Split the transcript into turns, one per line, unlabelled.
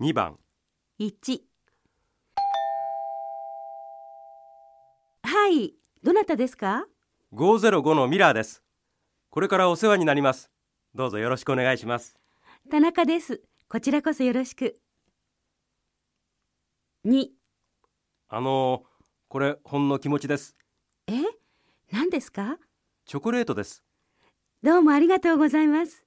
2番
1はいどなたですか
505のミラーですこれからお世話になりますどうぞよろしくお願いします
田中ですこちらこそよろしく2
あのーこれほんの気持ちです
え何ですか
チョコレートです
どうもありがとうございます